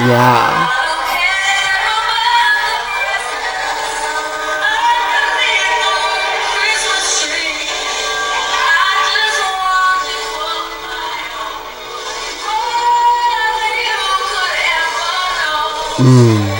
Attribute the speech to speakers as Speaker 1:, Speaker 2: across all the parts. Speaker 1: Yeah. Mm.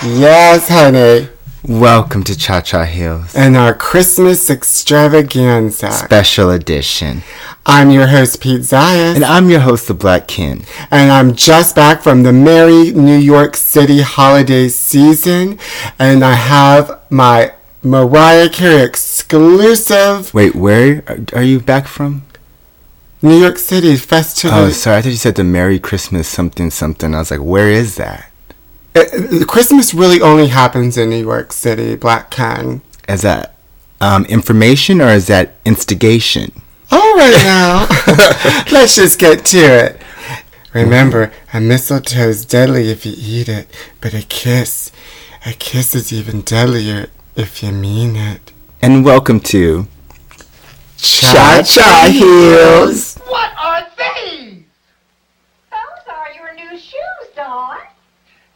Speaker 1: Yes, honey.
Speaker 2: Welcome to Cha Cha Hills
Speaker 1: And our Christmas extravaganza.
Speaker 2: Special Edition.
Speaker 1: I'm your host, Pete Zayas.
Speaker 2: And I'm your host, The Black Kin.
Speaker 1: and I'm just back from the merry New York City holiday season, and I have my Mariah Carey exclusive
Speaker 2: Wait, where are- are you back from?
Speaker 1: New York City festival
Speaker 2: Oh, sorry. I thought you said the Merry Christmas something something. I was like, where is that?
Speaker 1: Uh, uh, Christmas really only happens in New York City, Black Can.
Speaker 2: Is that um, information or is that instigation?
Speaker 1: All right now, let's just get to it. Remember, a mistletoe's deadly if you eat it, but a kiss, a kiss is even deadlier if you mean it.
Speaker 2: And welcome to
Speaker 1: Cha Cha Heels.
Speaker 3: What are these?
Speaker 4: Those are your new shoes, Dawn.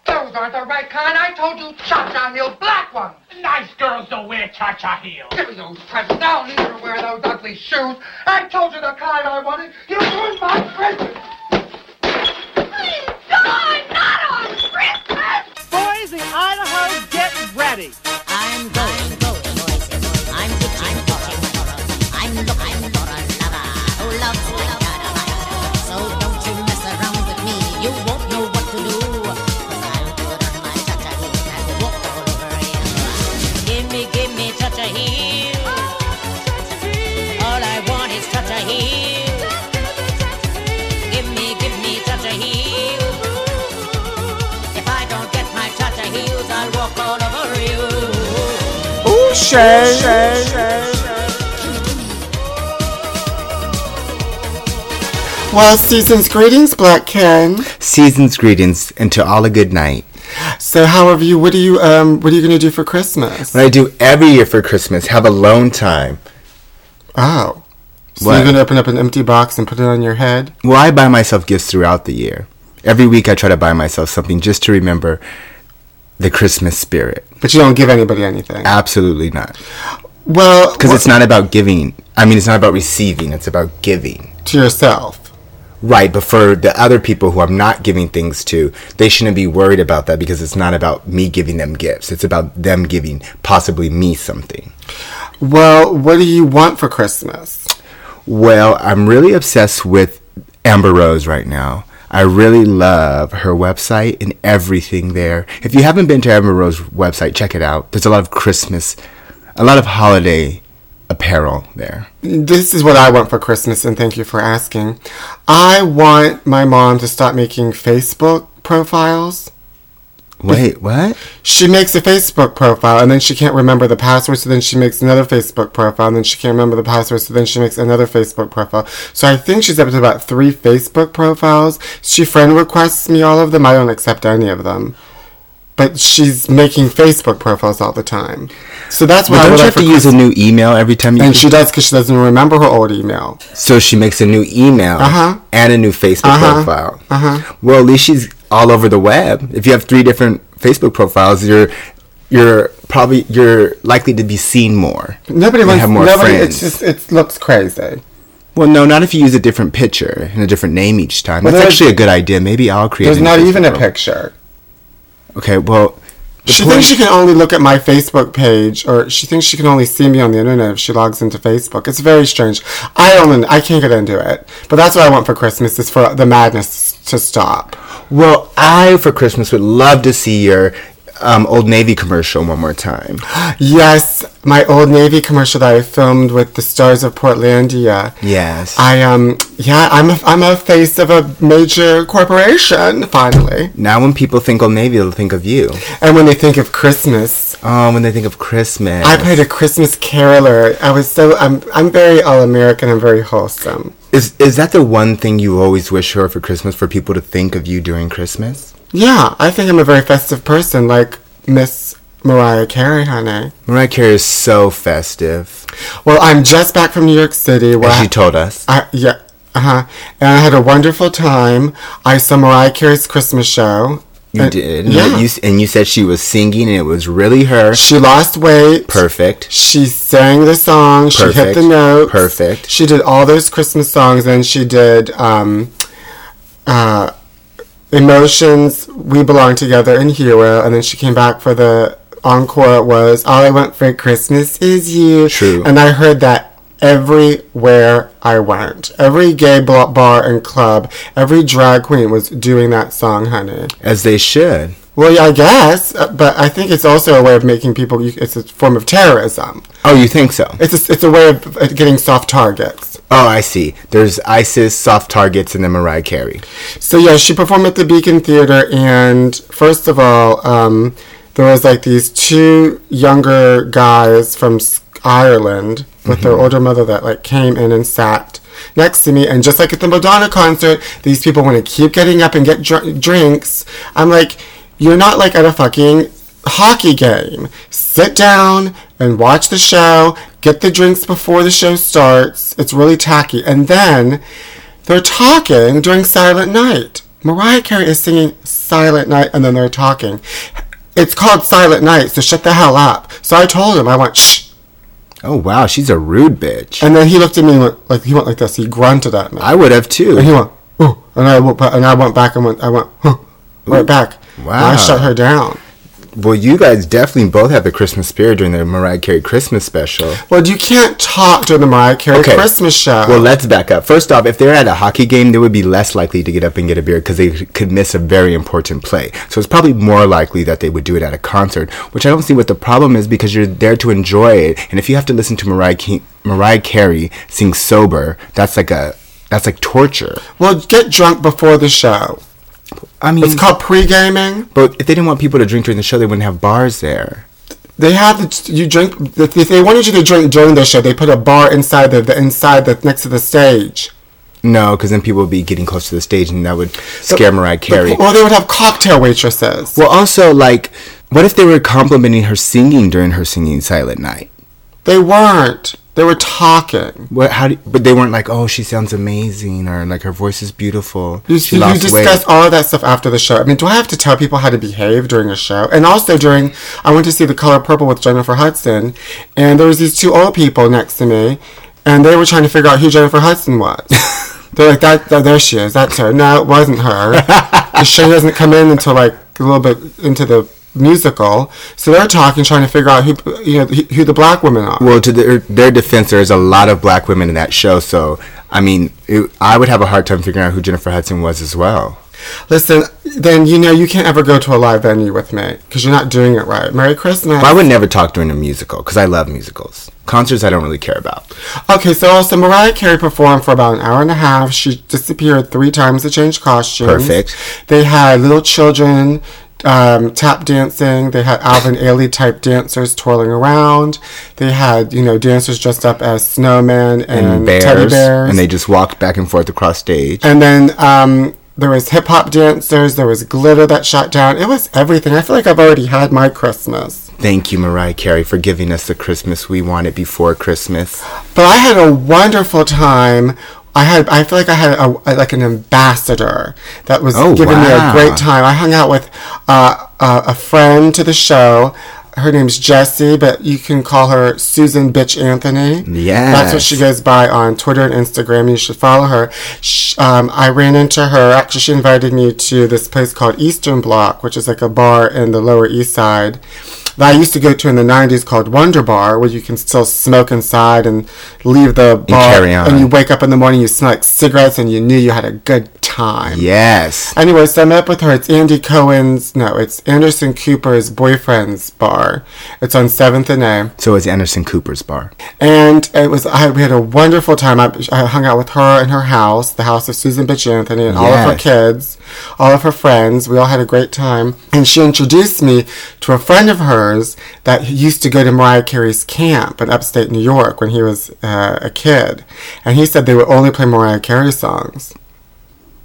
Speaker 3: Those aren't the right kind. I told you cha-cha heels, black ones.
Speaker 5: Nice girls don't wear cha-cha heels.
Speaker 3: Give me those presents. I don't need you to wear those ugly shoes. I told you the kind I wanted. You ruined my present.
Speaker 4: Please, Dawn, not on Christmas!
Speaker 5: Boys in Idaho, get ready.
Speaker 6: I'm going, I'm going, voices. I'm pitching for a quarrel. I'm looking for a lover who loves like dynamite. So don't you mess around with me. You won't know what to do. Cause I'll put on my cha-cha heels and walk all over you. Gimme, gimme cha-cha heels. All I want is cha-cha heels. Gimme, gimme cha-cha heels. If I don't get my cha-cha heels, I'll walk all over you.
Speaker 1: Ooh, Shay. Well, season's greetings, Black Ken.
Speaker 2: Season's Greetings and to all a good night.
Speaker 1: So, how have you? What do you? Um, what are you gonna do for Christmas?
Speaker 2: What I do every year for Christmas, have alone time.
Speaker 1: Oh, so
Speaker 2: What?
Speaker 1: you're gonna open up an empty box and put it on your head?
Speaker 2: Well, I buy myself gifts throughout the year. Every week I try to buy myself something just to remember the Christmas spirit.
Speaker 1: But you don't give anybody anything.
Speaker 2: Absolutely not.
Speaker 1: Well,
Speaker 2: Because it's not about giving. I mean, it's not about receiving, it's about giving.
Speaker 1: to yourself.
Speaker 2: Right, but for the other people who I'm not giving things to, they shouldn't be worried about that because it's not about me giving them gifts. It's about them giving possibly me something.
Speaker 1: Well, what do you want for Christmas?
Speaker 2: Well, I'm really obsessed with Amber Rose right now. I really love her website and everything there. If you haven't been to Amber Rose's website, check it out. There's a lot of Christmas, a lot of holiday apparel there.
Speaker 1: This is what I want for Christmas, and thank you for asking. I want my mom to stop making Facebook profiles.
Speaker 2: Wait, what?
Speaker 1: She makes a Facebook profile and then she can't remember the password, so then she makes another Facebook profile, and then she can't remember the password, so then she makes another Facebook profile. So I think she's up to about three Facebook profiles. She friend requests me all of them. I don't accept any of them. But she's making Facebook profiles all the time. So that's what
Speaker 2: Well,
Speaker 1: I
Speaker 2: don't
Speaker 1: would
Speaker 2: you
Speaker 1: like
Speaker 2: have
Speaker 1: for
Speaker 2: to use a new email every time you
Speaker 1: And she does because she doesn't remember her old email.
Speaker 2: So she makes a new email
Speaker 1: Uh-huh.
Speaker 2: and a new Facebook
Speaker 1: Uh-huh.
Speaker 2: profile.
Speaker 1: Uh-huh.
Speaker 2: Well, at least she's all over the web. If you have three different Facebook profiles, you're you're probably you're likely to be seen more.
Speaker 1: Nobody
Speaker 2: and
Speaker 1: wants
Speaker 2: have more
Speaker 1: nobody.
Speaker 2: friends.
Speaker 1: It's just it looks crazy.
Speaker 2: well, no, not if you use a different picture and a different name each time.
Speaker 1: Well,
Speaker 2: That's
Speaker 1: there's-
Speaker 2: actually a good idea. Maybe I'll create.
Speaker 1: There's
Speaker 2: a new
Speaker 1: not
Speaker 2: Facebook
Speaker 1: even a
Speaker 2: profile.
Speaker 1: picture.
Speaker 2: Okay, well, the
Speaker 1: she
Speaker 2: point-
Speaker 1: thinks she can only look at my Facebook page, or she thinks she can only see me on the internet if she logs into Facebook. It's very strange. I don't. I can't get into it. But that's what I want for Christmas is for the madness to stop.
Speaker 2: Well, I for Christmas would love to see your um, Old Navy commercial one more time.
Speaker 1: Yes, my old Navy commercial that I filmed with the stars of Portlandia.
Speaker 2: Yes.
Speaker 1: I um yeah, I'm a, I'm a face of a major corporation finally.
Speaker 2: now when people think Old Navy, they'll think of you.
Speaker 1: And when they think of Christmas,
Speaker 2: Oh, when they think of Christmas.
Speaker 1: I played a Christmas caroler. I was so I'm I'm very all American. I'm very wholesome.
Speaker 2: Is is that the one thing you always wish for for Christmas for people to think of you during Christmas?
Speaker 1: Yeah, I think I'm a very festive person, like Miss Mariah Carey, honey.
Speaker 2: Mariah Carey is so festive,
Speaker 1: Well, I'm just back from New York City. Where
Speaker 2: as
Speaker 1: I-
Speaker 2: she told us.
Speaker 1: I yeah. Uh huh. And I had a wonderful time. I saw Mariah Carey's Christmas show.
Speaker 2: You
Speaker 1: And-
Speaker 2: did,
Speaker 1: Uh, Yeah.
Speaker 2: You, and you said she was singing, and it was really her.
Speaker 1: she lost weight.
Speaker 2: Perfect.
Speaker 1: She sang the song. She hit
Speaker 2: Perfect.
Speaker 1: the notes.
Speaker 2: Perfect.
Speaker 1: She did all those Christmas songs, and she did um, uh, emotions. We belong together and hero, and then she came back for the encore. Was all I want for Christmas is you.
Speaker 2: True.
Speaker 1: And I heard that everywhere I went, every gay bla- bar and club, every drag queen was doing that song, honey.
Speaker 2: As they should.
Speaker 1: Well, yeah, I guess, uh, but I think it's also a way of making people. you- It's a form of terrorism.
Speaker 2: Oh, you think so?
Speaker 1: It's a, it's a way of uh, getting soft targets.
Speaker 2: Oh, I see. There's ISIS, soft targets, and then Mariah Carey.
Speaker 1: So yeah, she performed at the Beacon Theater, and first of all, um, there was like these two younger guys from S- Ireland with their older mother that like came in and sat next to me, and just like at the Madonna concert, these people want to keep getting up and get dr- drinks. I'm like, you're not like at a fucking hockey game. Sit down and watch the show. Get the drinks before the show starts. It's really tacky, and then. They're talking during Silent Night. Mariah Carey is singing Silent Night and then they're talking. It's called Silent Night, so shut the hell up. So I told him, I went, shh.
Speaker 2: Oh wow, she's a rude bitch.
Speaker 1: And then he looked at me and went, like, he went like this. He grunted at me.
Speaker 2: I would have
Speaker 1: and he
Speaker 2: too.
Speaker 1: went, oh. And I went, ba- and I went back and went, I went, oh, right back. And I
Speaker 2: Wow.
Speaker 1: shut her down.
Speaker 2: Well, you guys definitely both have the Christmas spirit during the Mariah Carey Christmas special.
Speaker 1: Well, you can't talk during the Mariah Carey Christmas show.
Speaker 2: Well, let's back up. First off, if they're at a hockey game, they would be less likely to get up and get a beer because they could miss a very important play. So it's probably more likely that they would do it at a concert, which I don't see what the problem is because you're there to enjoy it. And if you have to listen to Mariah, Ke- Mariah Carey sing sober, that's like a that's like torture.
Speaker 1: well, get drunk before the show.
Speaker 2: I mean,
Speaker 1: It's called pre-gaming.
Speaker 2: but if they didn't want people to drink during the show, they wouldn't have bars there.
Speaker 1: They have the, you drink if they wanted you to drink during the show. They put a bar inside the, the inside the next to the stage.
Speaker 2: No, because then people would be getting close to the stage, and that would scare Mariah Carey.
Speaker 1: Or they would have cocktail waitresses.
Speaker 2: Well, also, like, what if they were complimenting her singing during her singing Silent Night?
Speaker 1: They weren't. They were talking.
Speaker 2: What? How? Do, but they weren't like, oh, she sounds amazing, or like her voice is beautiful.
Speaker 1: You,
Speaker 2: she
Speaker 1: you
Speaker 2: lost
Speaker 1: discuss
Speaker 2: weight.
Speaker 1: all of that stuff after the show. I mean, do I have to tell people how to behave during a show? And also during, I went to see The Color Purple with Jennifer Hudson, and there was these two old people next to me, and they were trying to figure out who Jennifer Hudson was. They're like, that, that, there she is. That's her. No, it wasn't her. the show doesn't come in until like a little bit into the musical. So they're talking, trying to figure out who, you know, who who the black women are.
Speaker 2: Well, to their, their defense, there's a lot of black women in that show, so I mean, it, I would have a hard time figuring out who Jennifer Hudson was as well.
Speaker 1: Listen, then you know you can't ever go to a live venue with me because you're not doing it right. Merry Christmas.
Speaker 2: But I would never talk during a musical because I love musicals. Concerts, I don't really care about.
Speaker 1: Okay, so also Mariah Carey performed for about an hour and a half. She disappeared three times to change costumes.
Speaker 2: Perfect.
Speaker 1: They had little children um, tap dancing. They had Alvin Ailey type dancers twirling around. They had you know dancers dressed up as snowmen and,
Speaker 2: And bears,
Speaker 1: teddy bears.
Speaker 2: and they just walked back and forth across stage.
Speaker 1: And then um, there was hip hop dancers. There was glitter that shot down. It was everything. I feel like I've already had my Christmas.
Speaker 2: Thank you, Mariah Carey, for giving us the Christmas we wanted before Christmas.
Speaker 1: But I had a wonderful time. I had I feel like I had a, like an ambassador that was
Speaker 2: Oh,
Speaker 1: giving me a
Speaker 2: wow.
Speaker 1: great time. I hung out with uh, uh, a friend to the show. Her name's Jessie, but you can call her Susan Bitch Anthony. that's what
Speaker 2: Yes.
Speaker 1: she goes by on Twitter and Instagram. You should follow her. Sh um, I ran into her. Actually, she invited me to this place called Eastern Block, which is like a bar in the Lower East Side that I used to go to in the '90s called Wonder Bar, where you can still smoke inside and leave the bar,
Speaker 2: carry on.
Speaker 1: you wake up in the morning, you smell like cigarettes, and you knew you had a good time.
Speaker 2: Yes.
Speaker 1: Anyway, so I met up with her. It's Andy Cohen's, no, it's Anderson Cooper's boyfriend's bar. It's on 7th and A.
Speaker 2: So is Anderson Cooper's bar.
Speaker 1: And it was, I, we had a wonderful time. I, I hung out with her in her house, the house of Susan Bitch Anthony, and all of her
Speaker 2: Yes.
Speaker 1: kids, all of her friends. We all had a great time. And she introduced me to a friend of hers that used to go to Mariah Carey's camp in upstate New York when he was uh, a kid. And he said they would only play Mariah Carey songs.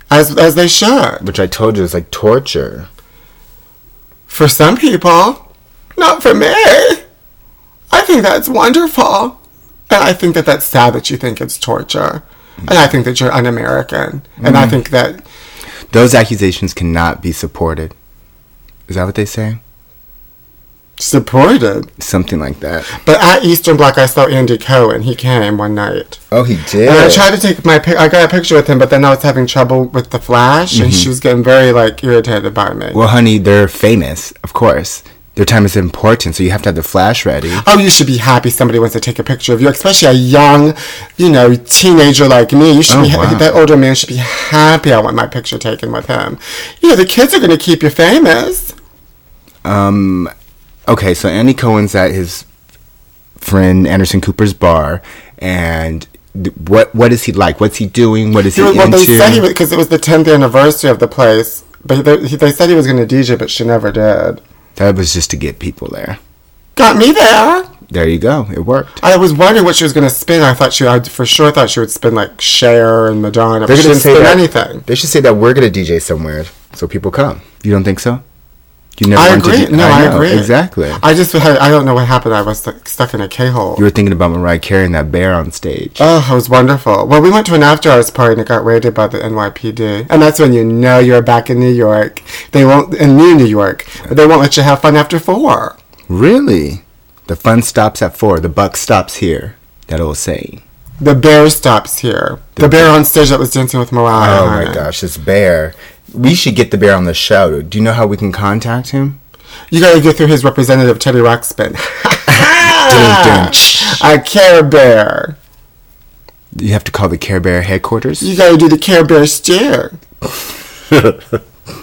Speaker 1: As, as they should.
Speaker 2: Which I told you is like torture.
Speaker 1: For some people, not for me. I think that's wonderful. And I think that that's sad that you think it's torture. And I think that you're un American. And I think that,
Speaker 2: Those accusations cannot be supported. Is that what they say?
Speaker 1: supported.
Speaker 2: Something like that.
Speaker 1: But at Eastern Block, I saw Andy Cohen. He came one night.
Speaker 2: Oh, he did.
Speaker 1: And I tried to take my pic. I got a picture with him, but then I was having trouble with the flash, and she was getting very, like, irritated by me.
Speaker 2: Well, honey, they're famous, of course. Their time is important, so you have to have the flash ready.
Speaker 1: Oh, you should be happy somebody wants to take a picture of you, especially a young, you know, teenager like me. You should
Speaker 2: Oh,
Speaker 1: be
Speaker 2: wow.
Speaker 1: that older man should be happy. I want my picture taken with him. You know, the kids are going to keep you famous.
Speaker 2: Um, okay, so Andy Cohen's at his friend Anderson Cooper's bar, and th- what what is he like? What's he doing? What is he
Speaker 1: He was- well,
Speaker 2: into?
Speaker 1: they said he because it was the 10th anniversary of the place, but they, they said he was going to DJ, but she never did.
Speaker 2: that was just to get people there.
Speaker 1: Got me there.
Speaker 2: There you go. It worked.
Speaker 1: I was wondering what she was going to spin. I thought she, I for sure thought she would spin like Cher and Madonna. But she didn't spin anything.
Speaker 2: They should say that we're gonna DJ somewhere so people come. You don't think so? You never.
Speaker 1: I
Speaker 2: wanted to
Speaker 1: agree.
Speaker 2: do-
Speaker 1: No, I,
Speaker 2: know,
Speaker 1: agree.
Speaker 2: Exactly.
Speaker 1: I just had, I don't know what happened. I was like, stuck in a K hole.
Speaker 2: you were thinking about Mariah Carey and that bear on stage.
Speaker 1: Oh, it was wonderful. Well, we went to an after hours party and it got raided by the NYPD. And that's when you know you're back in New York. They won't, in New New York, but they won't let you have fun after four.
Speaker 2: Really? The fun stops at four. The buck stops here. That old saying.
Speaker 1: The bear stops here. The, bear on stage that was dancing with Mariah.
Speaker 2: Oh my
Speaker 1: honey.
Speaker 2: gosh, this bear. We should get the bear on the show. Do you know how we can contact him?
Speaker 1: You gotta get through his representative, Teddy Ruxpin.
Speaker 2: Dun, dun.
Speaker 1: I care bear.
Speaker 2: You have to call the Care Bear headquarters.
Speaker 1: You gotta do the care bear stare.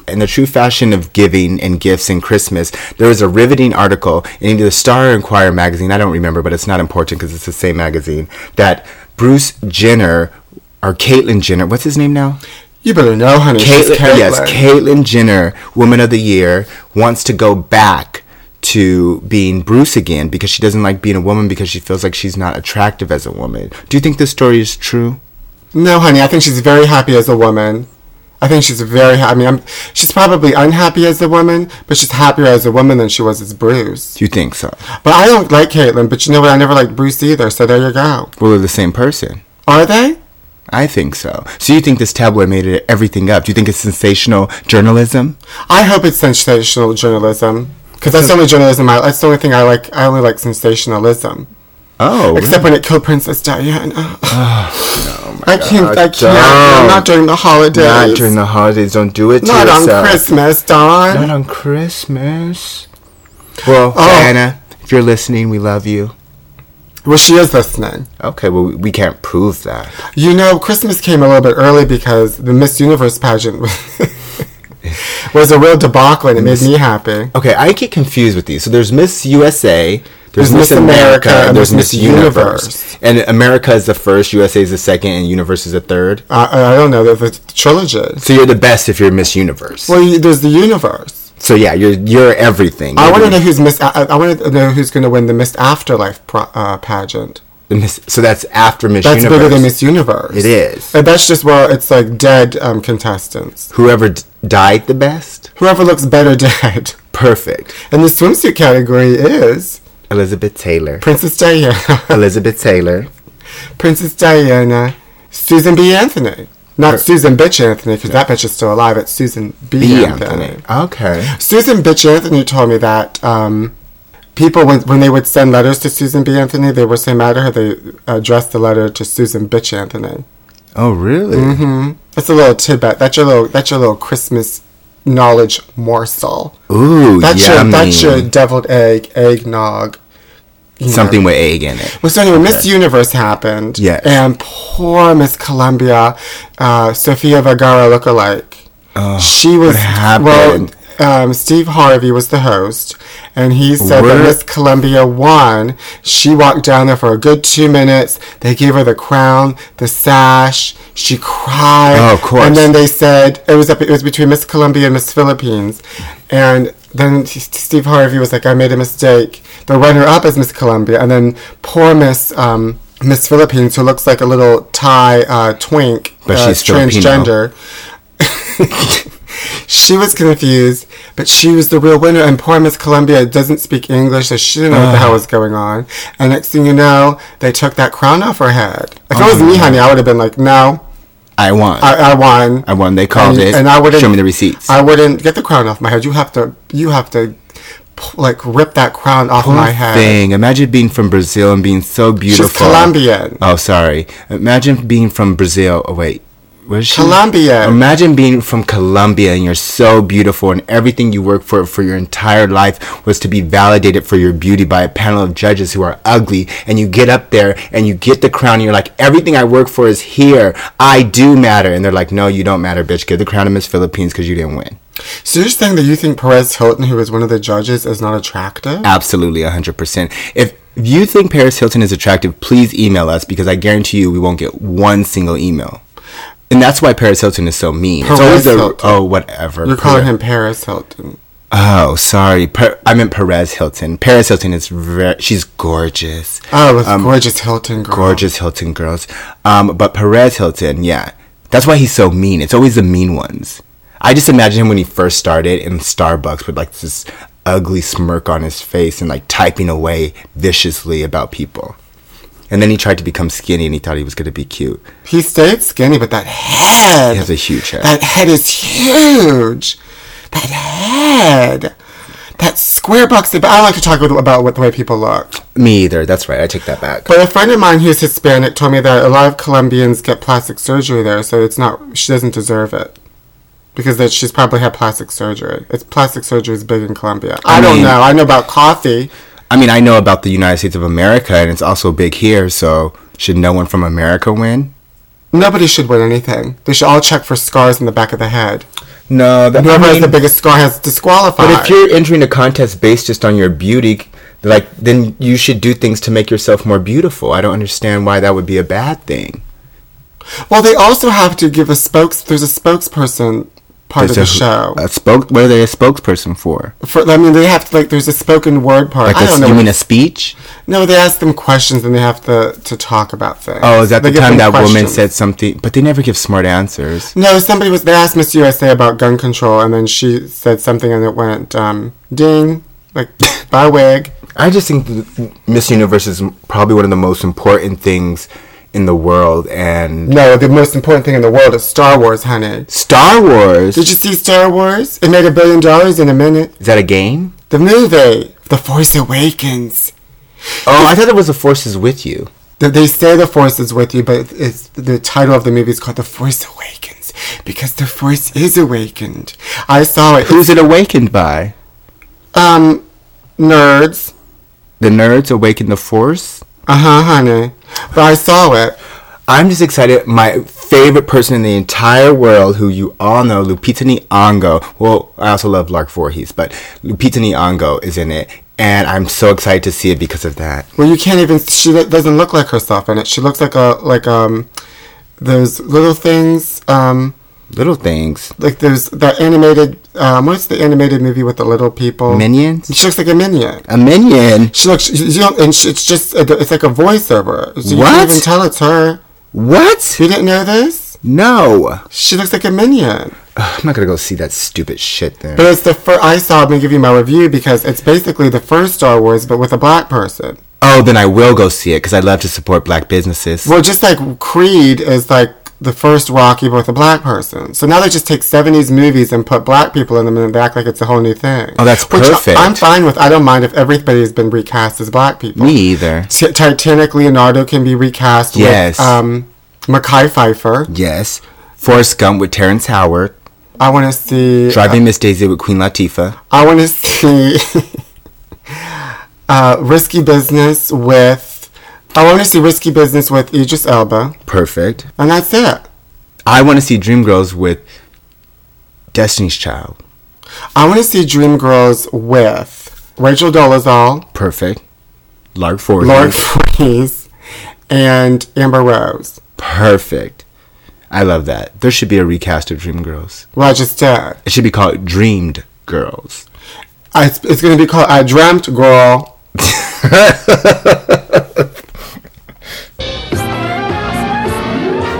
Speaker 2: In the true fashion of giving and gifts and Christmas, there was a riveting article in either the Star or Inquirer magazine, I don't remember, but it's not important because it's the same magazine, that Bruce Jenner or Caitlyn Jenner, what's his name now?
Speaker 1: You better know, honey. she's
Speaker 2: Caitlyn, yes,
Speaker 1: Caitlyn.
Speaker 2: Caitlyn Jenner, Woman of the Year, wants to go back to being Bruce again because she doesn't like being a woman because she feels like she's not attractive as a woman. Do you think this story is true?
Speaker 1: No, honey, I think she's very happy as a woman. I think she's very happy. I mean, I'm, she's probably unhappy as a woman, but she's happier as a woman than she was as Bruce.
Speaker 2: Do you think so?
Speaker 1: But I don't like Caitlyn, but you know what? I never liked Bruce either, so there you go.
Speaker 2: Well, they're the same person.
Speaker 1: Are they?
Speaker 2: I think so. So you think this tabloid made it everything up? Do you think it's sensational journalism?
Speaker 1: I hope it's sensational journalism. Because that's the only journalism I That's the only thing I like. I only like sensationalism.
Speaker 2: Oh,
Speaker 1: Except
Speaker 2: really? Oh,
Speaker 1: when it killed Princess Diana. I
Speaker 2: God,
Speaker 1: can't. I can't.
Speaker 2: don't.
Speaker 1: Not during the holidays.
Speaker 2: not during the holidays. Don't do it. To
Speaker 1: Not on
Speaker 2: yourself.
Speaker 1: Christmas, Don.
Speaker 2: Not on Christmas. Well,
Speaker 1: Oh.
Speaker 2: Diana, if you're listening, we love you.
Speaker 1: Well, she is listening.
Speaker 2: Okay, well, we can't prove that.
Speaker 1: You know, Christmas came a little bit early because the Miss Universe pageant was, was a real debacle and it made me happy.
Speaker 2: Okay, I get confused with these. So there's Miss USA, there's,
Speaker 1: There's
Speaker 2: Miss
Speaker 1: Miss
Speaker 2: America,
Speaker 1: America,
Speaker 2: and there's Miss
Speaker 1: there's Miss
Speaker 2: Universe. And America is the first, USA is the second, and Universe is the third.
Speaker 1: I, I don't know, the, the trilogy.
Speaker 2: So you're the best if you're Miss Universe.
Speaker 1: Well, you, there's the universe.
Speaker 2: so yeah, you're you're everything.
Speaker 1: I
Speaker 2: You're
Speaker 1: want to
Speaker 2: the-
Speaker 1: know who's Miss. I, I want to know who's going to win the Miss Afterlife pro, uh, pageant.
Speaker 2: the Miss. So that's after Miss
Speaker 1: That's
Speaker 2: Universe.
Speaker 1: bigger than Miss Universe.
Speaker 2: It is.
Speaker 1: And that's just well, it's like dead um, contestants.
Speaker 2: Whoever d- died the best,
Speaker 1: Whoever looks better dead.
Speaker 2: perfect.
Speaker 1: And the swimsuit category is
Speaker 2: Elizabeth Taylor.
Speaker 1: Princess Diana.
Speaker 2: Elizabeth Taylor.
Speaker 1: Princess Diana, Susan B. Anthony. Not Susan Bitch Anthony, because that bitch is still alive. It's Susan B.
Speaker 2: B.
Speaker 1: Anthony.
Speaker 2: Anthony. Okay.
Speaker 1: Susan Bitch Anthony told me that um, people, when, when they would send letters to Susan B. Anthony, they were so mad at her, they addressed the letter to Susan Bitch Anthony.
Speaker 2: Oh really?
Speaker 1: That's a little tidbit. That's your little, that's your little Christmas knowledge morsel.
Speaker 2: Ooh,
Speaker 1: That's,
Speaker 2: Oh,
Speaker 1: your,
Speaker 2: yummy.
Speaker 1: that's your deviled egg, eggnog you know.
Speaker 2: something with egg in it.
Speaker 1: Well, so anyway, Miss Universe happened.
Speaker 2: Yes.
Speaker 1: And poor Miss Columbia, uh, Sofia Vergara lookalike.
Speaker 2: Oh,
Speaker 1: she was
Speaker 2: what happened?
Speaker 1: well. Um, Steve Harvey was the host, and he said
Speaker 2: What?
Speaker 1: that Miss Columbia won. She walked down there for a good two minutes. They gave her the crown, the sash. She cried.
Speaker 2: Oh, of course.
Speaker 1: And then they said it was up, it was between Miss Columbia and Miss Philippines, and then S- Steve Harvey was like, "I made a mistake." The runner-up is Miss Columbia, and then poor Miss um, Miss Philippines, who looks like a little Thai uh, twink,
Speaker 2: But
Speaker 1: uh,
Speaker 2: she's Filipino.
Speaker 1: transgender. She was confused, but she was the real winner. And poor Miss Columbia doesn't speak English, so she didn't know what the hell was going on. And next thing you know, they took that crown off her head. If
Speaker 2: Oh,
Speaker 1: it was me, honey, I would have been like, "No,
Speaker 2: I won. I,
Speaker 1: I, I won."
Speaker 2: won. They called it.
Speaker 1: and I wouldn't
Speaker 2: show me the receipts.
Speaker 1: I wouldn't get the crown off my head. You have to, you have to, p- like rip that crown off my head.
Speaker 2: Thing. Imagine being from Brazil and being so beautiful.
Speaker 1: She's Colombian.
Speaker 2: Oh, sorry. Imagine being from Brazil. Oh, wait. Where's she?
Speaker 1: Colombia.
Speaker 2: Imagine being from Colombia and you're so beautiful, and everything you worked for for your entire life was to be validated for your beauty by a panel of judges who are ugly. And you get up there and you get the crown, and you're like, everything I work for is here. I do matter. And they're like, no, you don't matter, bitch. Give the crown to Miss Philippines because you didn't win.
Speaker 1: So you're saying that you think Perez Hilton, who is one of the judges, is not attractive?
Speaker 2: Absolutely, 100%. If you think Paris Hilton is attractive, please email us because I guarantee you we won't get one single email. And that's why Paris Hilton is so mean.
Speaker 1: Perez
Speaker 2: it's always a,
Speaker 1: Hilton.
Speaker 2: oh, whatever.
Speaker 1: You're calling
Speaker 2: Perez-
Speaker 1: him Paris Hilton.
Speaker 2: Oh, sorry. Per- I meant Perez Hilton. Paris Hilton is very, she's gorgeous.
Speaker 1: Oh, it's
Speaker 2: Um,
Speaker 1: gorgeous Hilton girl.
Speaker 2: Gorgeous Hilton girls. Um, but Perez Hilton, yeah. That's why he's so mean. It's always the mean ones. I just imagine him when he first started in Starbucks with like this ugly smirk on his face and like typing away viciously about people. And then he tried to become skinny and he thought he was going to be cute.
Speaker 1: He stayed skinny, but that head.
Speaker 2: He has a huge head.
Speaker 1: That head is huge. That head. That square box. But I don't like to talk about what the way people look.
Speaker 2: Me either. That's right. I take that back.
Speaker 1: But a friend of mine who's Hispanic told me that a lot of Colombians get plastic surgery there, so it's not she doesn't deserve it because that she's probably had plastic surgery. It's plastic surgery is big in Colombia. I, don't
Speaker 2: mean-
Speaker 1: know. I know about coffee.
Speaker 2: I mean, I know about the United States of America and it's also big here, so should no one from America win?
Speaker 1: Nobody should win anything. They should all check for scars in the back of the head.
Speaker 2: No, that,
Speaker 1: Whoever
Speaker 2: I
Speaker 1: has
Speaker 2: mean-
Speaker 1: the biggest scar has disqualified.
Speaker 2: But if you're entering a contest based just on your beauty, like then you should do things to make yourself more beautiful. I don't understand why that would be a bad thing.
Speaker 1: well, they also have to give a spokes. There's a spokesperson part of the
Speaker 2: There's a-
Speaker 1: show.
Speaker 2: A spoke. What are they a spokesperson for?
Speaker 1: For, I mean, they have to like. There's a spoken word part.
Speaker 2: Like
Speaker 1: I
Speaker 2: a,
Speaker 1: don't know.
Speaker 2: you
Speaker 1: what
Speaker 2: mean a speech?
Speaker 1: No, they ask them questions and they have to, to talk about things.
Speaker 2: Oh, is that
Speaker 1: They
Speaker 2: the
Speaker 1: give
Speaker 2: time
Speaker 1: them
Speaker 2: that woman
Speaker 1: questions.
Speaker 2: said something? But they never give smart answers.
Speaker 1: No, somebody was. They asked Miss USA about gun control, and then she said something, and it went um, ding, like by wig.
Speaker 2: I just think that Miss Universe is probably one of the most important things in the world, and
Speaker 1: No, the most important thing in the world is Star Wars, honey.
Speaker 2: Star Wars.
Speaker 1: Did you see Star Wars? It made a billion dollars in a minute.
Speaker 2: is that a game?
Speaker 1: The movie, The Force Awakens.
Speaker 2: Oh, I thought it was the Forces with you.
Speaker 1: They- They say the Force is with you, but it's the title of the movie is called The Force Awakens because the Force is awakened. I saw it.
Speaker 2: Who's it awakened by?
Speaker 1: Um, nerds.
Speaker 2: The nerds awaken the Force.
Speaker 1: Uh huh, honey. But I saw it.
Speaker 2: I'm just excited. My favorite person in the entire world, who you all know, Lupita Nyong'o. Well, I also love Lark Voorhees, but Lupita Nyong'o is in it, and I'm so excited to see it because of that.
Speaker 1: Well, you can't even. She lo- doesn't look like herself in it. She looks like a like um, those little things um,
Speaker 2: Little things,
Speaker 1: like there's that animated. Um, what's the animated movie with the little people?
Speaker 2: minions,
Speaker 1: She looks like a minion.
Speaker 2: a minion.
Speaker 1: She looks. You you don't, and she, it's just. It's like a voiceover. So you
Speaker 2: What?
Speaker 1: can't even tell it's her.
Speaker 2: What?
Speaker 1: You didn't know this?
Speaker 2: No,
Speaker 1: She looks like a minion.
Speaker 2: Ugh, I'm not gonna go see that stupid shit then.
Speaker 1: But it's the first. I saw. I'm gonna give you my review because it's basically the first Star Wars, but with a black person.
Speaker 2: Oh, then I will go see it because I love to support black businesses.
Speaker 1: Well, just like Creed is like the first Rocky but with a black person. So now they just take 70s movies and put black people in them and they act like it's a whole new thing.
Speaker 2: Oh, that's perfect.
Speaker 1: I'm fine with. I don't mind if everybody has been recast as black people.
Speaker 2: Me either.
Speaker 1: T- Titanic Leonardo can be recast
Speaker 2: Yes.
Speaker 1: with um, Mackay Pfeiffer.
Speaker 2: Yes. Forrest Gump with Terrence Howard.
Speaker 1: I want to see.
Speaker 2: Driving Miss Daisy with Queen Latifah.
Speaker 1: I want to see. uh, Risky Business with, I want to see Risky Business with Idris Elba,
Speaker 2: Perfect.
Speaker 1: and that's it.
Speaker 2: I want to see Dreamgirls with Destiny's Child.
Speaker 1: I want to see Dreamgirls with Rachel Dolezal,
Speaker 2: Perfect. Lark Forty.
Speaker 1: Lord Voorhees, and Amber Rose.
Speaker 2: Perfect. I love that. There should be a recast of Dreamgirls.
Speaker 1: Well, I just did.
Speaker 2: It should be called Dreamed Girls.
Speaker 1: I, it's going to be called I Dreamt Girl.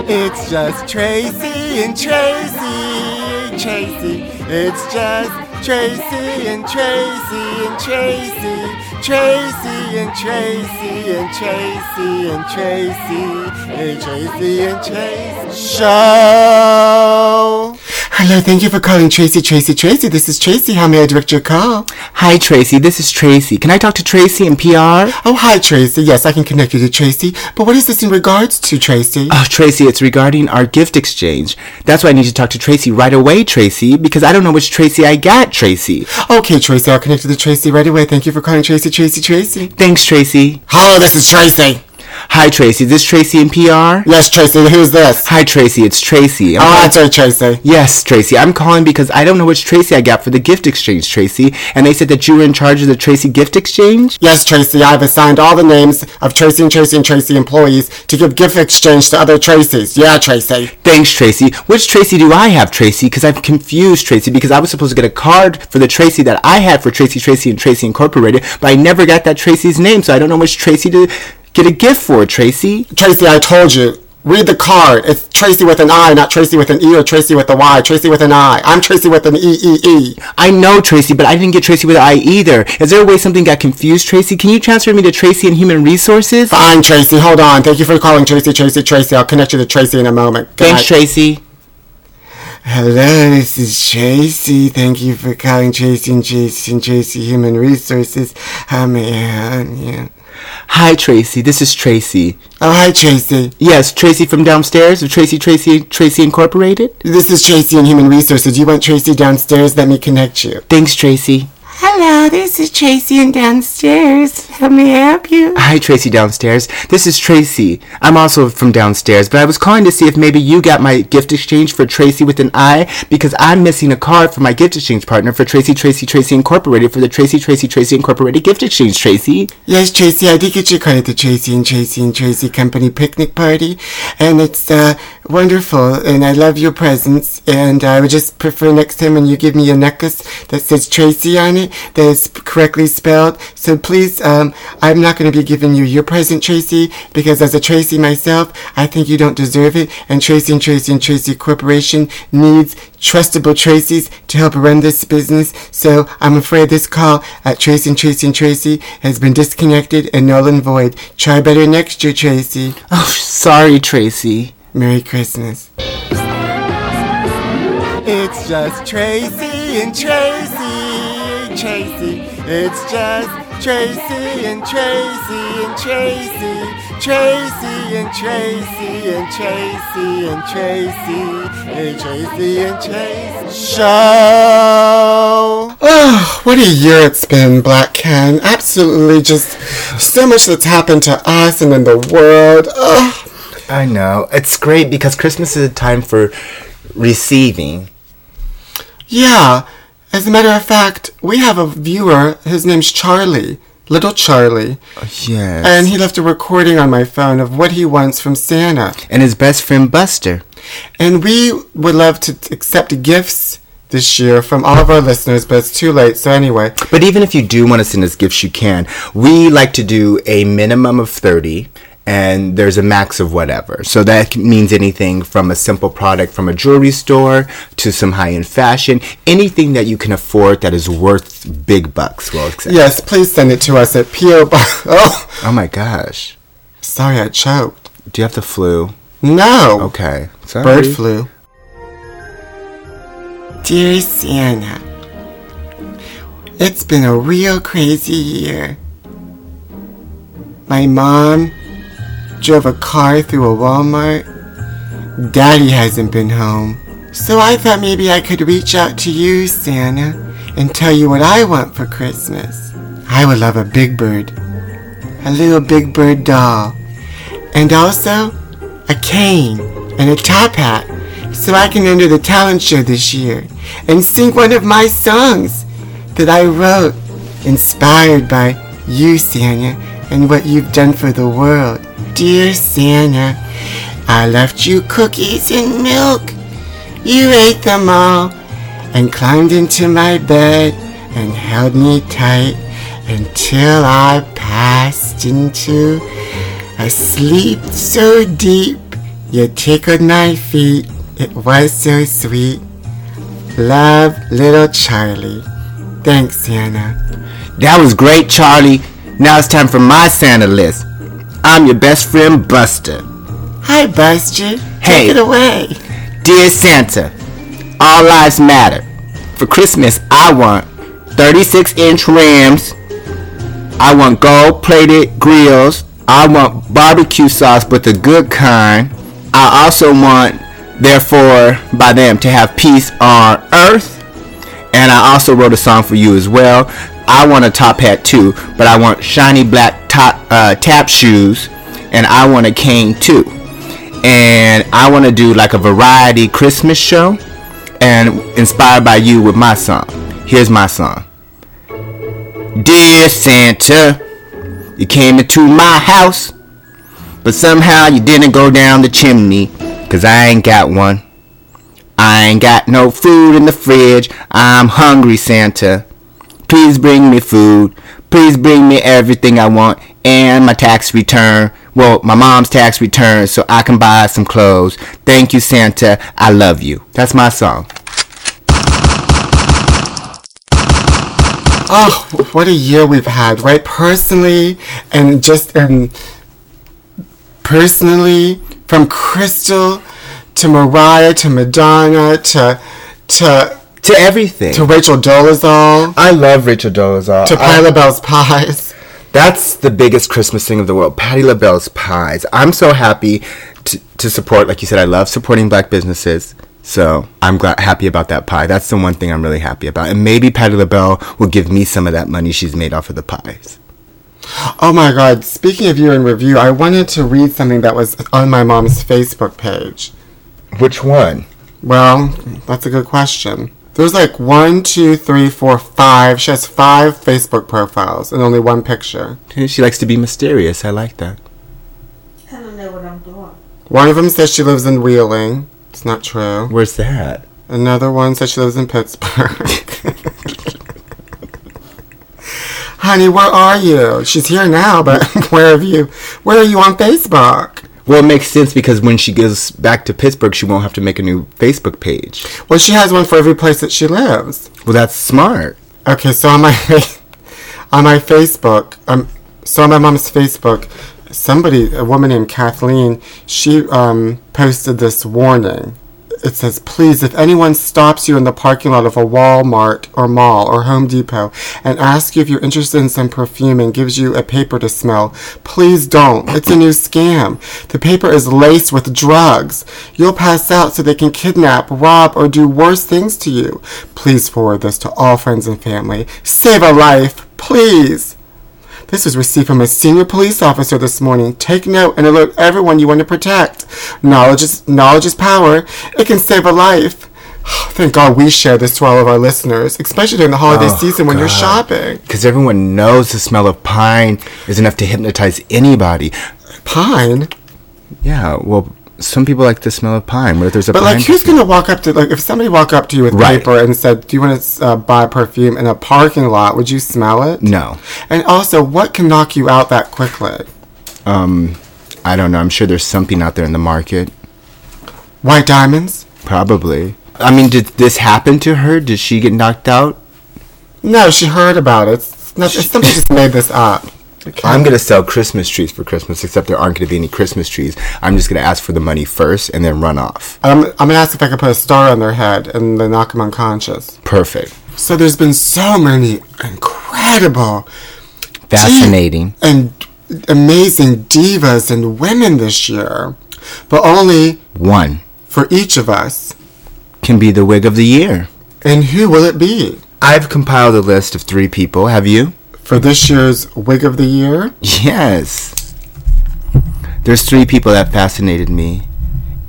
Speaker 1: it's just Tracy and Tracy, Tracy. It's just Tracy and Tracy and Tracy, Tracy and Tracy and Tracy and Tracy and Tracy and Tracy show. Hello, thank you for calling Tracy, Tracy, Tracy. This is Tracy. How may I direct your call?
Speaker 2: Hi, Tracy. This is Tracy. Can I talk to Tracy in PR?
Speaker 1: Oh, hi, Tracy. Yes, I can connect you to Tracy. But what is this in regards to, Tracy?
Speaker 2: Oh, Tracy, it's regarding our gift exchange. That's why I need to talk to Tracy right away, Tracy, because I don't know which Tracy I got, Tracy.
Speaker 1: Okay, Tracy, I'll connect you to Tracy right away. Thank you for calling Tracy, Tracy, Tracy.
Speaker 2: Thanks, Tracy.
Speaker 1: Hello, this is Tracy.
Speaker 2: Hi, Tracy. This Tracy in PR?
Speaker 1: Yes, Tracy, who's this?
Speaker 2: Hi, Tracy. It's Tracy. I'm
Speaker 1: Oh,
Speaker 2: calling-
Speaker 1: that's right, Tracy.
Speaker 2: Yes, Tracy. I'm calling because I don't know which Tracy I got for the gift exchange, Tracy. And they said that you were in charge of the Tracy gift exchange?
Speaker 1: Yes, Tracy, I've assigned all the names of Tracy and Tracy and Tracy employees to give gift exchange to other Tracys. Yeah, Tracy.
Speaker 2: Thanks, Tracy. Which Tracy do I have, Tracy? Because I'm confused, Tracy, because I was supposed to get a card for the Tracy that I had for Tracy, Tracy, and Tracy Incorporated, but I never got that Tracy's name, so I don't know which Tracy to get a gift for, Tracy.
Speaker 1: Tracy, I told you. Read the card. It's Tracy with an I, not Tracy with an E or Tracy with a Y. Tracy with an I. I'm Tracy with an E E E.
Speaker 2: I know, Tracy, but I didn't get Tracy with an I either. Is there a way something got confused, Tracy? Can you transfer me to Tracy in Human Resources?
Speaker 1: Fine, Tracy. Hold on. Thank you for calling Tracy, Tracy, Tracy. I'll connect you to Tracy in a moment. Good
Speaker 2: Thanks,
Speaker 1: night.
Speaker 2: Tracy.
Speaker 1: Hello, this is Tracy. Thank you for calling Tracy and Tracy and Tracy Human Resources. How may I help you?
Speaker 2: Hi, Tracy. This is Tracy.
Speaker 1: Oh, hi, Tracy.
Speaker 2: Yes, Tracy from downstairs of Tracy Tracy Tracy Incorporated.
Speaker 1: This is Tracy in Human Resources. You want Tracy downstairs? Let me connect you.
Speaker 2: Thanks, Tracy.
Speaker 1: Hello, this is Tracy and downstairs. How may I help you?
Speaker 2: Hi, Tracy downstairs. This is Tracy. I'm also from downstairs, but I was calling to see if maybe you got my gift exchange for Tracy with an I because I'm missing a card for my gift exchange partner for Tracy Tracy Tracy Incorporated for the Tracy Tracy Tracy Incorporated gift exchange, Tracy.
Speaker 1: Yes, Tracy, I did get your card at the Tracy and Tracy and Tracy Company picnic party, and it's uh, wonderful, and I love your presents, and I would just prefer next time when you give me a necklace that says Tracy on it, that is correctly spelled. So please, um, I'm not going to be giving you your present, Tracy, because as a Tracy myself, I think you don't deserve it, and Tracy and Tracy and Tracy Corporation needs trustable Tracys to help run this business. So I'm afraid this call at Tracy and Tracy and Tracy has been disconnected and null and void. Try better next year, Tracy.
Speaker 2: Oh, sorry, Tracy.
Speaker 1: Merry Christmas. It's just Tracy and Tracy, Tracy. It's just Tracy and Tracy and Tracy, Tracy and Tracy and Tracy and Tracy and Tracy and Tracy show. Oh, what a year it's been, Black Ken. Absolutely, just so much that's happened to us and in the world. Oh.
Speaker 2: I know. It's great because Christmas is a time for receiving.
Speaker 1: Yeah. As a matter of fact, we have a viewer. His name's Charlie, little Charlie,
Speaker 2: Yes.
Speaker 1: and he left a recording on my phone of what he wants from Santa.
Speaker 2: and his best friend Buster.
Speaker 1: And we would love to t- accept gifts this year from all of our listeners, but it's too late. So anyway,
Speaker 2: But even if you do want to send us gifts, you can. We like to do a minimum of 30 and there's a max of whatever. So that c- means anything from a simple product from a jewelry store to some high-end fashion, anything that you can afford that is worth big bucks. Well, except,
Speaker 1: yes, please send it to us at PO Box. Oh,
Speaker 2: oh my gosh.
Speaker 1: sorry, I choked.
Speaker 2: Do you have the flu?
Speaker 1: No.
Speaker 2: Okay. Sorry.
Speaker 1: Bird flu. Dear Santa, it's been a real crazy year. My mom drove a car through a Walmart. Daddy hasn't been home. So I thought maybe I could reach out to you, Santa, and tell you what I want for Christmas. I would love a big bird, a little big bird doll, and also a cane and a top hat so I can enter the talent show this year and sing one of my songs that I wrote inspired by you, Santa, and what you've done for the world. Dear Santa, I left you cookies and milk. You ate them all and climbed into my bed and held me tight until I passed into a sleep so deep you tickled my feet. It was so sweet. Love, little Charlie. Thanks, Santa.
Speaker 2: That was great, Charlie. Now it's time for my Santa list. I'm your best friend, Buster.
Speaker 1: Hi, Buster.
Speaker 2: Hey.
Speaker 1: Take it away.
Speaker 2: Dear Santa, all lives matter. For Christmas, I want 36 inch rims. I want gold plated grills. I want barbecue sauce, but the good kind. I also want, therefore, by them to have peace on earth. And I also wrote a song for you as well. I want a top hat too, but I want shiny black top uh, tap shoes, and I want a cane too and I want to do like a variety Christmas show and inspired by you with my song. Here's my song. Dear Santa, you came into my house, but somehow you didn't go down the chimney, cause I ain't got one. I ain't got no food in the fridge. I'm hungry, Santa. Please bring me food. Please bring me everything I want and my tax return. Well, my mom's tax return so I can buy some clothes. Thank you, Santa. I love you. That's my song.
Speaker 1: Oh, what a year we've had, right? Personally, and just um, personally, from Crystal to Mariah to Madonna to to
Speaker 2: To everything.
Speaker 1: to Rachel Dolezal
Speaker 2: I love Rachel Dolezal.
Speaker 1: to Pie Bell's Pies.
Speaker 2: That's the biggest Christmas thing of the world. Patty LaBelle's pies. I'm so happy to, to support. Like you said, I love supporting black businesses. So I'm glad, happy about that pie. That's the one thing I'm really happy about. And maybe Patty LaBelle will give me some of that money she's made off of the pies.
Speaker 1: Oh my God! Speaking of you in review, I wanted to read something that was on my mom's Facebook page.
Speaker 2: Which one?
Speaker 1: Well, that's a good question. There's like one, two, three, four, five. She has five Facebook profiles and only one picture.
Speaker 2: She likes to be mysterious. I like that.
Speaker 7: I don't know what I'm doing.
Speaker 1: One of them says she lives in Wheeling. It's not true.
Speaker 2: Where's that?
Speaker 1: Another one says she lives in Pittsburgh. Honey, where are you? She's here now, but where have you? Where are you on Facebook?
Speaker 2: Well, it makes sense because when she goes back to Pittsburgh, she won't have to make a new Facebook page.
Speaker 1: Well, she has one for every place that she lives.
Speaker 2: Well, that's smart.
Speaker 1: Okay, so on my on my Facebook, um, so on my mom's Facebook, somebody, a woman named Kathleen, she um, posted this warning. It says, "Please, if anyone stops you in the parking lot of a Walmart or mall or Home Depot and asks you if you're interested in some perfume and gives you a paper to smell, please don't. It's a new scam. The paper is laced with drugs. You'll pass out so they can kidnap, rob, or do worse things to you. Please forward this to all friends and family. Save a life, please." This was received from a senior police officer this morning. Take note and alert everyone you want to protect. Knowledge is knowledge is power. It can save a life. Thank God we share this to all of our listeners, especially during the holiday season when you're shopping.
Speaker 2: Because everyone knows the smell of pine is enough to hypnotize anybody.
Speaker 1: Pine.
Speaker 2: Yeah, well, some people like the smell of pine. What if there's a
Speaker 1: But
Speaker 2: pine?
Speaker 1: like, who's gonna walk up to like if somebody walked up to you with
Speaker 2: Right.
Speaker 1: paper and said, "Do you want to uh, buy perfume in a parking lot?" Would you smell it?
Speaker 2: No,
Speaker 1: And also, what can knock you out that quickly?
Speaker 2: Um, I don't know. I'm sure there's something out there in the market.
Speaker 1: White diamonds?
Speaker 2: Probably. I mean, did this happen to her? Did she get knocked out?
Speaker 1: No, she heard about it. It's not, it's somebody just made this up.
Speaker 2: I'm gonna sell Christmas trees for Christmas, except there aren't gonna be any Christmas trees. I'm just gonna ask for the money first and then run off.
Speaker 1: I'm, I'm gonna ask if I could put a star on their head and then knock them unconscious.
Speaker 2: Perfect.
Speaker 1: So there's been so many incredible,
Speaker 2: Fascinating.
Speaker 1: deep and amazing divas and women this year, but only
Speaker 2: One
Speaker 1: for each of us.
Speaker 2: can be the wig of the year.
Speaker 1: And who will it be?
Speaker 2: I've compiled a list of three people. Have you?
Speaker 1: for this year's Wig of the Year.
Speaker 2: Yes. There's three people that fascinated me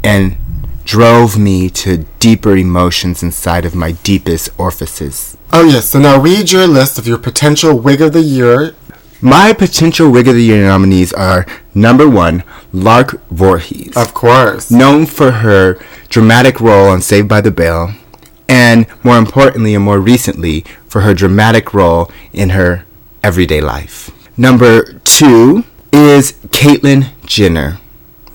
Speaker 2: and drove me to deeper emotions inside of my deepest orifices.
Speaker 1: Oh, yes. So now read your list of your potential Wig of the Year.
Speaker 2: My potential Wig of the Year nominees are number one, Lark Voorhees,
Speaker 1: Of course.
Speaker 2: known for her dramatic role on Saved by the Bell, and more importantly and more recently, for her dramatic role in her everyday life. Number two is Caitlyn Jenner,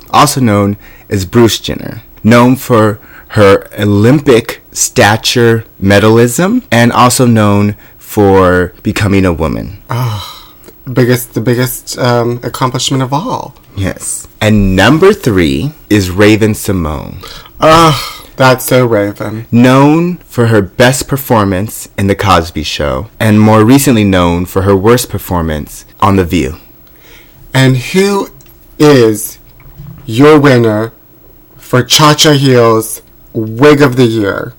Speaker 2: also known as Bruce Jenner, known for her Olympic stature medalism and also known for becoming a woman.
Speaker 1: Biggest, the biggest um, accomplishment of all.
Speaker 2: Yes. And number three is Raven Simone.
Speaker 1: Ugh, that's so Raven.
Speaker 2: known for her best performance in The Cosby Show, and more recently known for her worst performance on The View.
Speaker 1: And who is your winner for Cha Cha Heels Wig of the Year?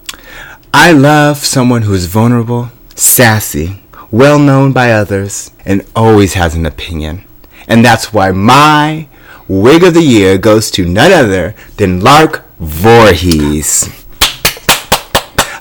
Speaker 2: I love someone who is vulnerable, sassy, well known by others, and always has an opinion. And that's why my wig of the year goes to none other than Lark Voorhees.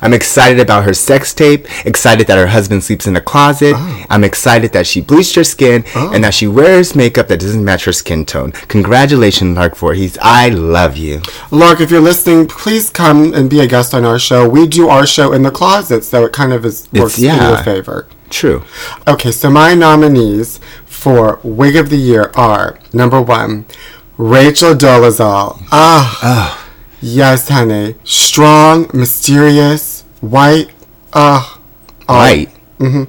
Speaker 2: I'm excited about her sex tape, excited that her husband sleeps in a closet. I'm excited that she bleached her skin and that she wears makeup that doesn't match her skin tone. Congratulations, Lark Voorhees. I love you.
Speaker 1: Lark, if you're listening, please come and be a guest on our show. We do our show in the closet, so it kind of is works in
Speaker 2: yeah.
Speaker 1: your favor.
Speaker 2: True.
Speaker 1: Okay, so my nominees for Wig of the Year are number one, Rachel Dolezal. Ah, yes, honey. Strong, mysterious, white. Ah, all-
Speaker 2: White. Mm-hmm.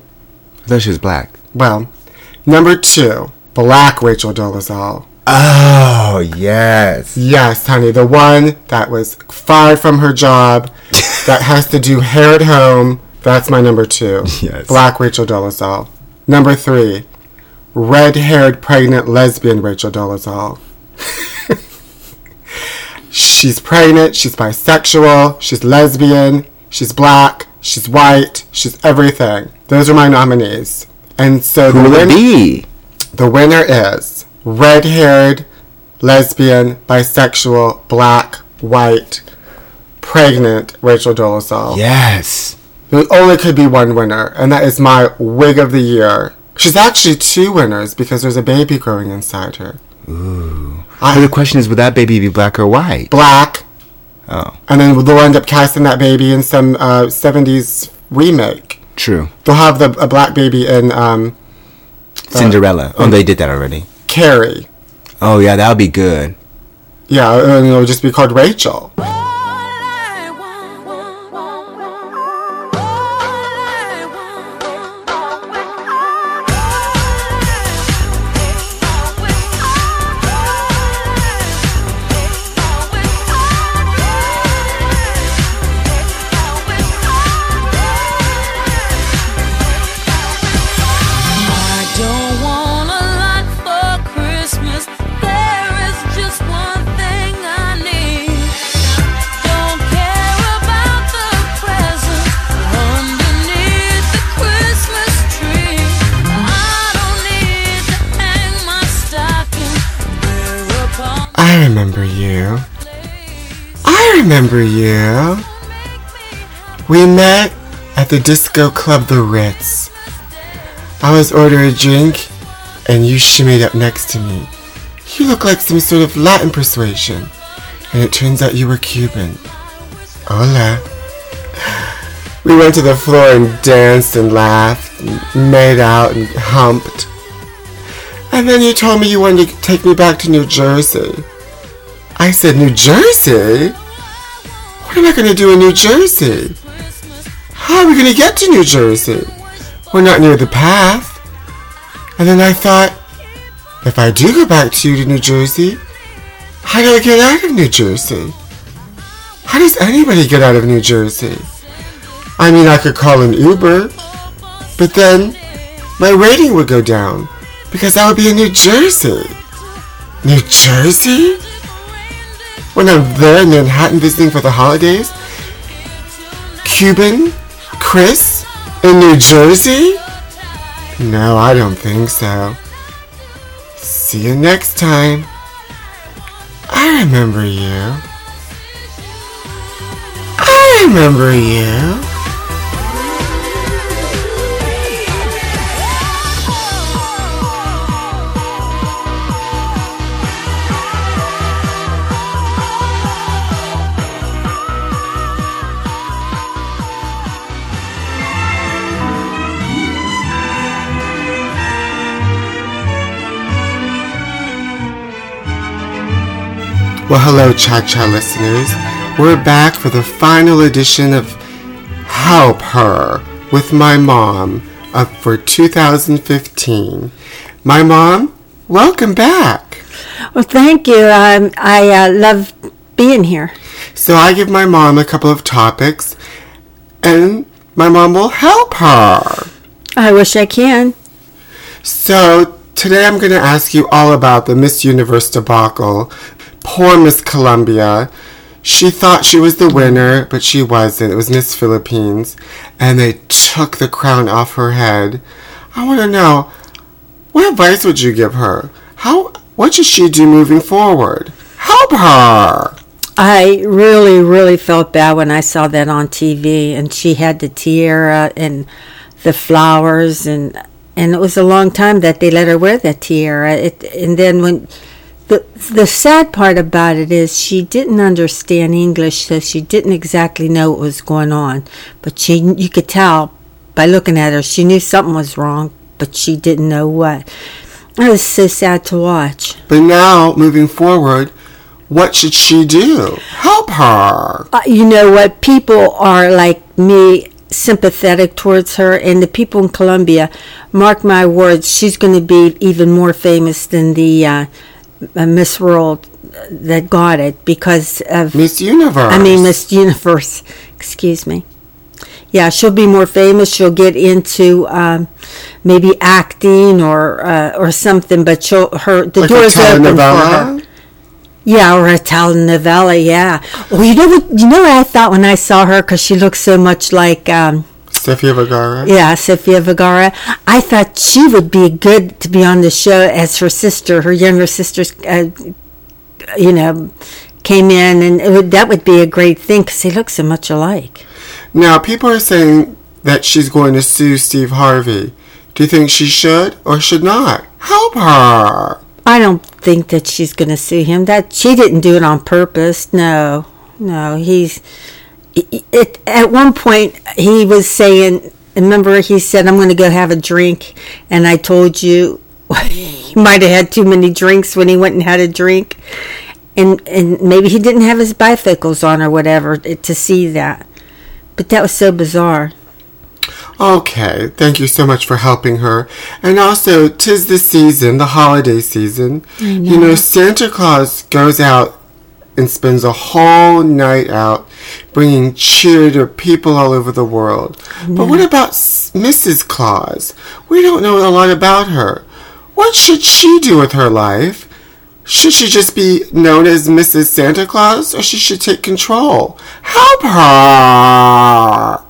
Speaker 2: I thought she was black.
Speaker 1: Well, number two, Black Rachel Dolezal.
Speaker 2: Oh yes.
Speaker 1: Yes, honey, the one that was fired from her job, that has to do hair at home. That's my number two.
Speaker 2: Yes.
Speaker 1: Black Rachel Dolezal. Number three, red-haired pregnant lesbian Rachel Dolezal. she's pregnant. She's bisexual. She's lesbian. She's black. She's white. She's everything. Those are my nominees. And so
Speaker 2: Who
Speaker 1: the
Speaker 2: will it
Speaker 1: win-
Speaker 2: be?
Speaker 1: the winner is red haired, lesbian, bisexual, black, white, pregnant Rachel Dolezal.
Speaker 2: Yes.
Speaker 1: There only could be one winner, and that is my wig of the year. She's actually two winners because there's a baby growing inside her.
Speaker 2: So Uh, the question is, would that baby be black or white?
Speaker 1: Black,
Speaker 2: Oh,
Speaker 1: and then they'll end up casting that baby in some uh, 70s remake.
Speaker 2: true.
Speaker 1: They'll have the, a black baby in um,
Speaker 2: Cinderella. Oh, they did that already.
Speaker 1: Carrie.
Speaker 2: Oh yeah, that would be good.
Speaker 1: Yeah, and it'll just be called Rachel.
Speaker 8: I don't want a lot for Christmas. There is just one thing I need. Don't care about the presents underneath the Christmas tree. I don't need to hang my stocking there upon
Speaker 1: I remember you. I remember you. We met at the disco club The Ritz. I was ordering a drink and you shimmied up next to me. You look like some sort of Latin persuasion. And it turns out you were Cuban. Hola. We went to the floor and danced and laughed, and made out and humped. And then you told me you wanted to take me back to New Jersey. I said, New Jersey? What am I going to do in New Jersey? How are we going to get to New Jersey? We're not near the path. And then I thought, if I do go back to you to New Jersey, how do I get out of New Jersey? How does anybody get out of New Jersey? I mean, I could call an Uber, but then my rating would go down because I would be in New Jersey. New Jersey? When I'm there in Manhattan visiting for the holidays? Cuban? Chris? In New Jersey? No, I don't think so. See you next time. I remember you. I remember you. Well, hello, Cha Cha listeners. We're back for the final edition of Help Her with my mom uh, for 2015. My mom, welcome back.
Speaker 9: Well, thank you. Um, I uh, love being here.
Speaker 1: So I give my mom a couple of topics, and my mom will help her.
Speaker 9: I wish I can.
Speaker 1: So today I'm going to ask you all about the Miss Universe debacle. Poor Miss Columbia. She thought she was the winner, but she wasn't. It was Miss Philippines. And they took the crown off her head. I want to know what advice would you give her? How what should she do moving forward? Help her.
Speaker 9: I really, really felt bad when I saw that on TV, and she had the tiara and the flowers, and and it was a long time that they let her wear that tiara. It, and then when the the sad part about it is she didn't understand English, so she didn't exactly know what was going on. But she, you could tell by looking at her, she knew something was wrong, but she didn't know what. It was so sad to watch.
Speaker 1: But now moving forward, what should she do? Help her.
Speaker 9: uh, you know what people are like me sympathetic towards her and the people in Colombia mark my words she's going to be even more famous than the uh, uh, Miss World uh, that got it because of
Speaker 1: Miss Universe.
Speaker 9: I mean Miss Universe excuse me yeah she'll be more famous she'll get into um, maybe acting or uh, or something but she'll her the
Speaker 1: like a
Speaker 9: door's open for her
Speaker 1: telenovela?
Speaker 9: yeah, or a telenovela. Yeah. Well, you know what? You know what I thought when I saw her because she looked so much like, um,
Speaker 1: Sofia Vergara.
Speaker 9: yeah, Sofia Vergara. I thought she would be good to be on the show as her sister, her younger sister's, uh, you know, came in, and it would, that would be a great thing because they look so much alike.
Speaker 1: Now people are saying that she's going to sue Steve Harvey. Do you think she should or should not? Help her.
Speaker 9: I don't think that she's going to sue him. That she didn't do it on purpose. No, no, he's. It, it, at one point, he was saying, "Remember, he said I'm going to go have a drink," and I told you he might have had too many drinks when he went and had a drink, and and maybe he didn't have his bifocals on or whatever to see that. But that was so bizarre.
Speaker 1: Okay, thank you so much for helping her. And also, 'tis the season, the holiday season. You know, Santa Claus goes out and spends a whole night out bringing cheer to people all over the world. But what about S- Mrs. Claus? We don't know a lot about her. What should she do with her life? Should she just be known as Mrs. Santa Claus or she should take control? Help her!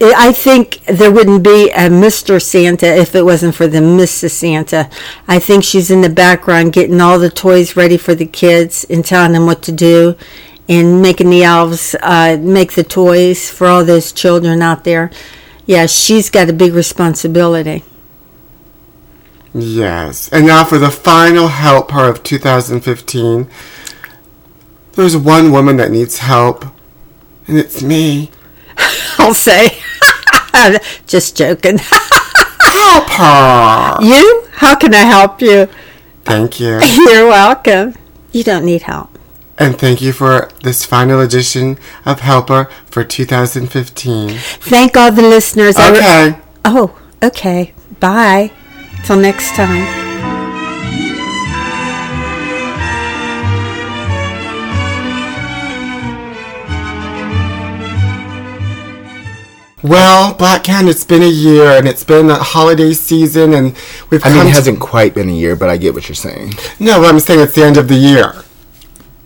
Speaker 9: I think there wouldn't be a Mr. Santa if it wasn't for the Mrs. Santa. I think she's in the background getting all the toys ready for the kids and telling them what to do and making the elves uh, make the toys for all those children out there. Yeah, she's got a big responsibility.
Speaker 1: Yes. And now for the final help her of 2015. There's one woman that needs help, and it's me.
Speaker 9: I'll say. Just joking.
Speaker 1: Help her!
Speaker 9: you? How can I help you?
Speaker 1: Thank you.
Speaker 9: You're welcome. You don't need help.
Speaker 1: And thank you for this final edition of Helper for 2015.
Speaker 9: Thank all the listeners. I re-
Speaker 1: Okay.
Speaker 9: Oh, okay. Bye. Till next time.
Speaker 1: Well, Black Cat, it's been a year, and it's been a holiday season, and we've
Speaker 2: I
Speaker 1: come
Speaker 2: mean, it
Speaker 1: to-
Speaker 2: hasn't quite been a year, but I get what you're saying.
Speaker 1: No, I'm saying it's the end of the year.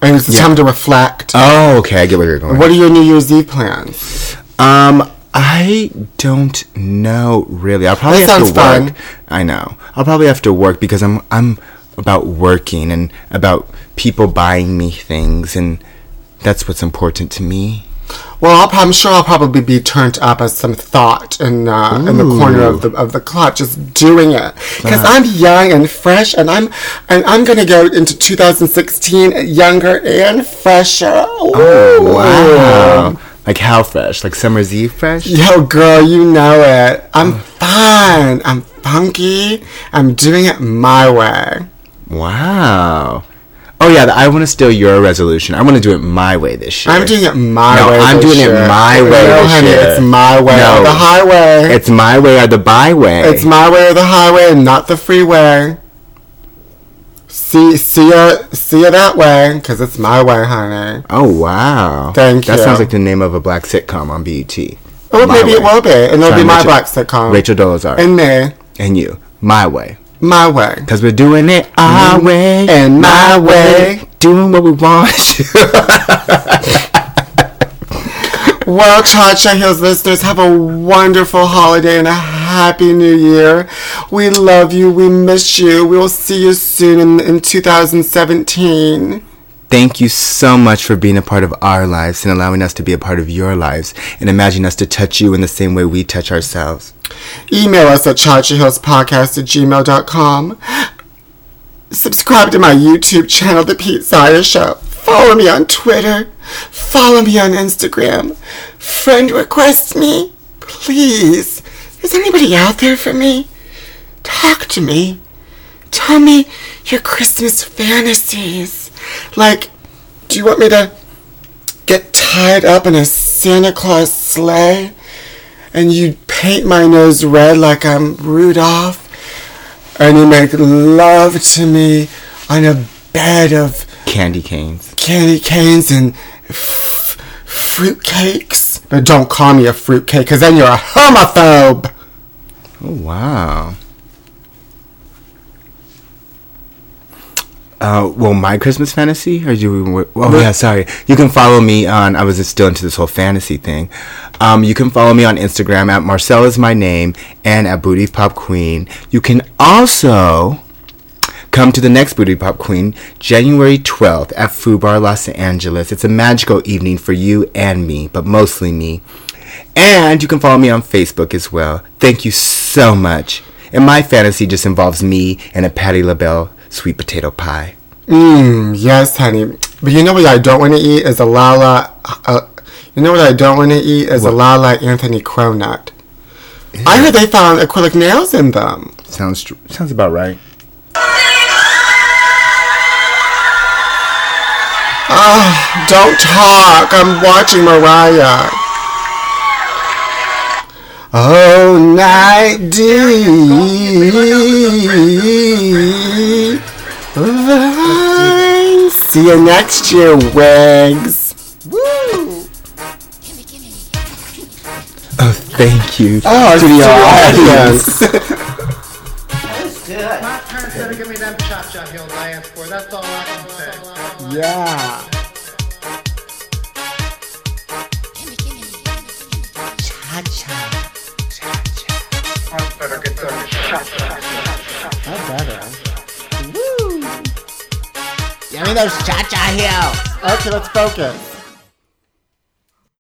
Speaker 1: And it's
Speaker 2: Yeah. Uh,
Speaker 1: time to reflect.
Speaker 2: Oh, okay, I get what you're going.
Speaker 1: what are your New Year's Eve plans?
Speaker 2: Um, I don't know really. I'll probably
Speaker 1: That
Speaker 2: have to
Speaker 1: sounds fun.
Speaker 2: work. I know. I'll probably have to work because I'm I'm about working and about people buying me things and that's what's important to me.
Speaker 1: Well, I'll, prob- I'm sure I'll probably be turned up as some thought in uh, in the corner of the of the club, just doing it
Speaker 2: Uh-huh.
Speaker 1: because I'm young and fresh, and I'm and I'm gonna go into 2016 younger and fresher.
Speaker 2: Oh.
Speaker 1: Ooh.
Speaker 2: Wow. Like how fresh? Like summer's eve fresh?
Speaker 1: Yo, girl, you know it.
Speaker 2: Uh.
Speaker 1: I'm fine. I'm funky. I'm doing it my way.
Speaker 2: Wow. Oh yeah, the I want to steal your resolution. I want to do it my way this year.
Speaker 1: I'm doing it my
Speaker 2: No,
Speaker 1: way.
Speaker 2: I'm
Speaker 1: this
Speaker 2: doing it
Speaker 1: year.
Speaker 2: my way
Speaker 1: No,
Speaker 2: this
Speaker 1: honey,
Speaker 2: year.
Speaker 1: it's my way
Speaker 2: No.
Speaker 1: or the highway.
Speaker 2: It's my way or the byway.
Speaker 1: It's my way or the highway and not the freeway. See, see ya, see ya that way, cause it's my way, honey.
Speaker 2: Oh wow!
Speaker 1: Thank
Speaker 2: That
Speaker 1: you.
Speaker 2: sounds like the name of a black sitcom on BET.
Speaker 1: Oh,
Speaker 2: My
Speaker 1: maybe it
Speaker 2: way.
Speaker 1: will be, and it'll
Speaker 2: Starring
Speaker 1: be my
Speaker 2: Rachel-
Speaker 1: black sitcom.
Speaker 2: Rachel Dolezal
Speaker 1: and me,
Speaker 2: and you, my way,
Speaker 1: my way.
Speaker 2: because we're doing it our way
Speaker 1: Mm-hmm. And my way.
Speaker 2: doing what we want.
Speaker 1: Well, Cha Cha Hills listeners, have a wonderful holiday and a happy new year. We love you. We miss you. We will see you soon in, in 2017.
Speaker 2: Thank you so much for being a part of our lives and allowing us to be a part of your lives and imagine us to touch you in the same way we touch ourselves.
Speaker 1: Email us at chachahillspodcast at gmail.com. Subscribe to my YouTube channel, The Pete Sire Show. Follow me on Twitter. Follow me on Instagram. Friend request me. Please. Is anybody out there for me? Talk to me. Tell me your Christmas fantasies. Like, do you want me to get tied up in a Santa Claus sleigh? and you paint my nose red like I'm Rudolph, and you make love to me on a bed of
Speaker 2: Candy canes.
Speaker 1: candy canes and f- fruit cakes. But don't call me a fruit cake, 'cause then you're a homophobe.
Speaker 2: Oh wow. Uh, well, my Christmas fantasy, or do we? Oh yeah, sorry. You can follow me on. I was still into this whole fantasy thing. Um, you can follow me on Instagram at Marcel is my name and at Booty Pop Queen. You can also Come to the next Booty Pop Queen, January 12th at Foo Bar Los Angeles. It's a magical evening for you and me, but mostly me. And you can follow me on Facebook as well. Thank you so much. And my fantasy just involves me and a Patty LaBelle sweet potato pie.
Speaker 1: Mmm, yes, honey. But you know what I don't want to eat is a Lala. Uh, you know what I don't want to eat is a Lala Anthony Cronut. I heard they found acrylic nails in them.
Speaker 2: Sounds tr- sounds about right.
Speaker 1: Don't talk. I'm watching Mariah. Oh, night deep. Vine. See you next year, Wags. Woo.
Speaker 2: Oh, thank you.
Speaker 1: Oh, to the audience.
Speaker 3: Parents better give me them cha-cha heels I asked for. That's all I can say.
Speaker 1: yeah.
Speaker 3: Parents better get their cha-cha.
Speaker 1: Okay, let's focus.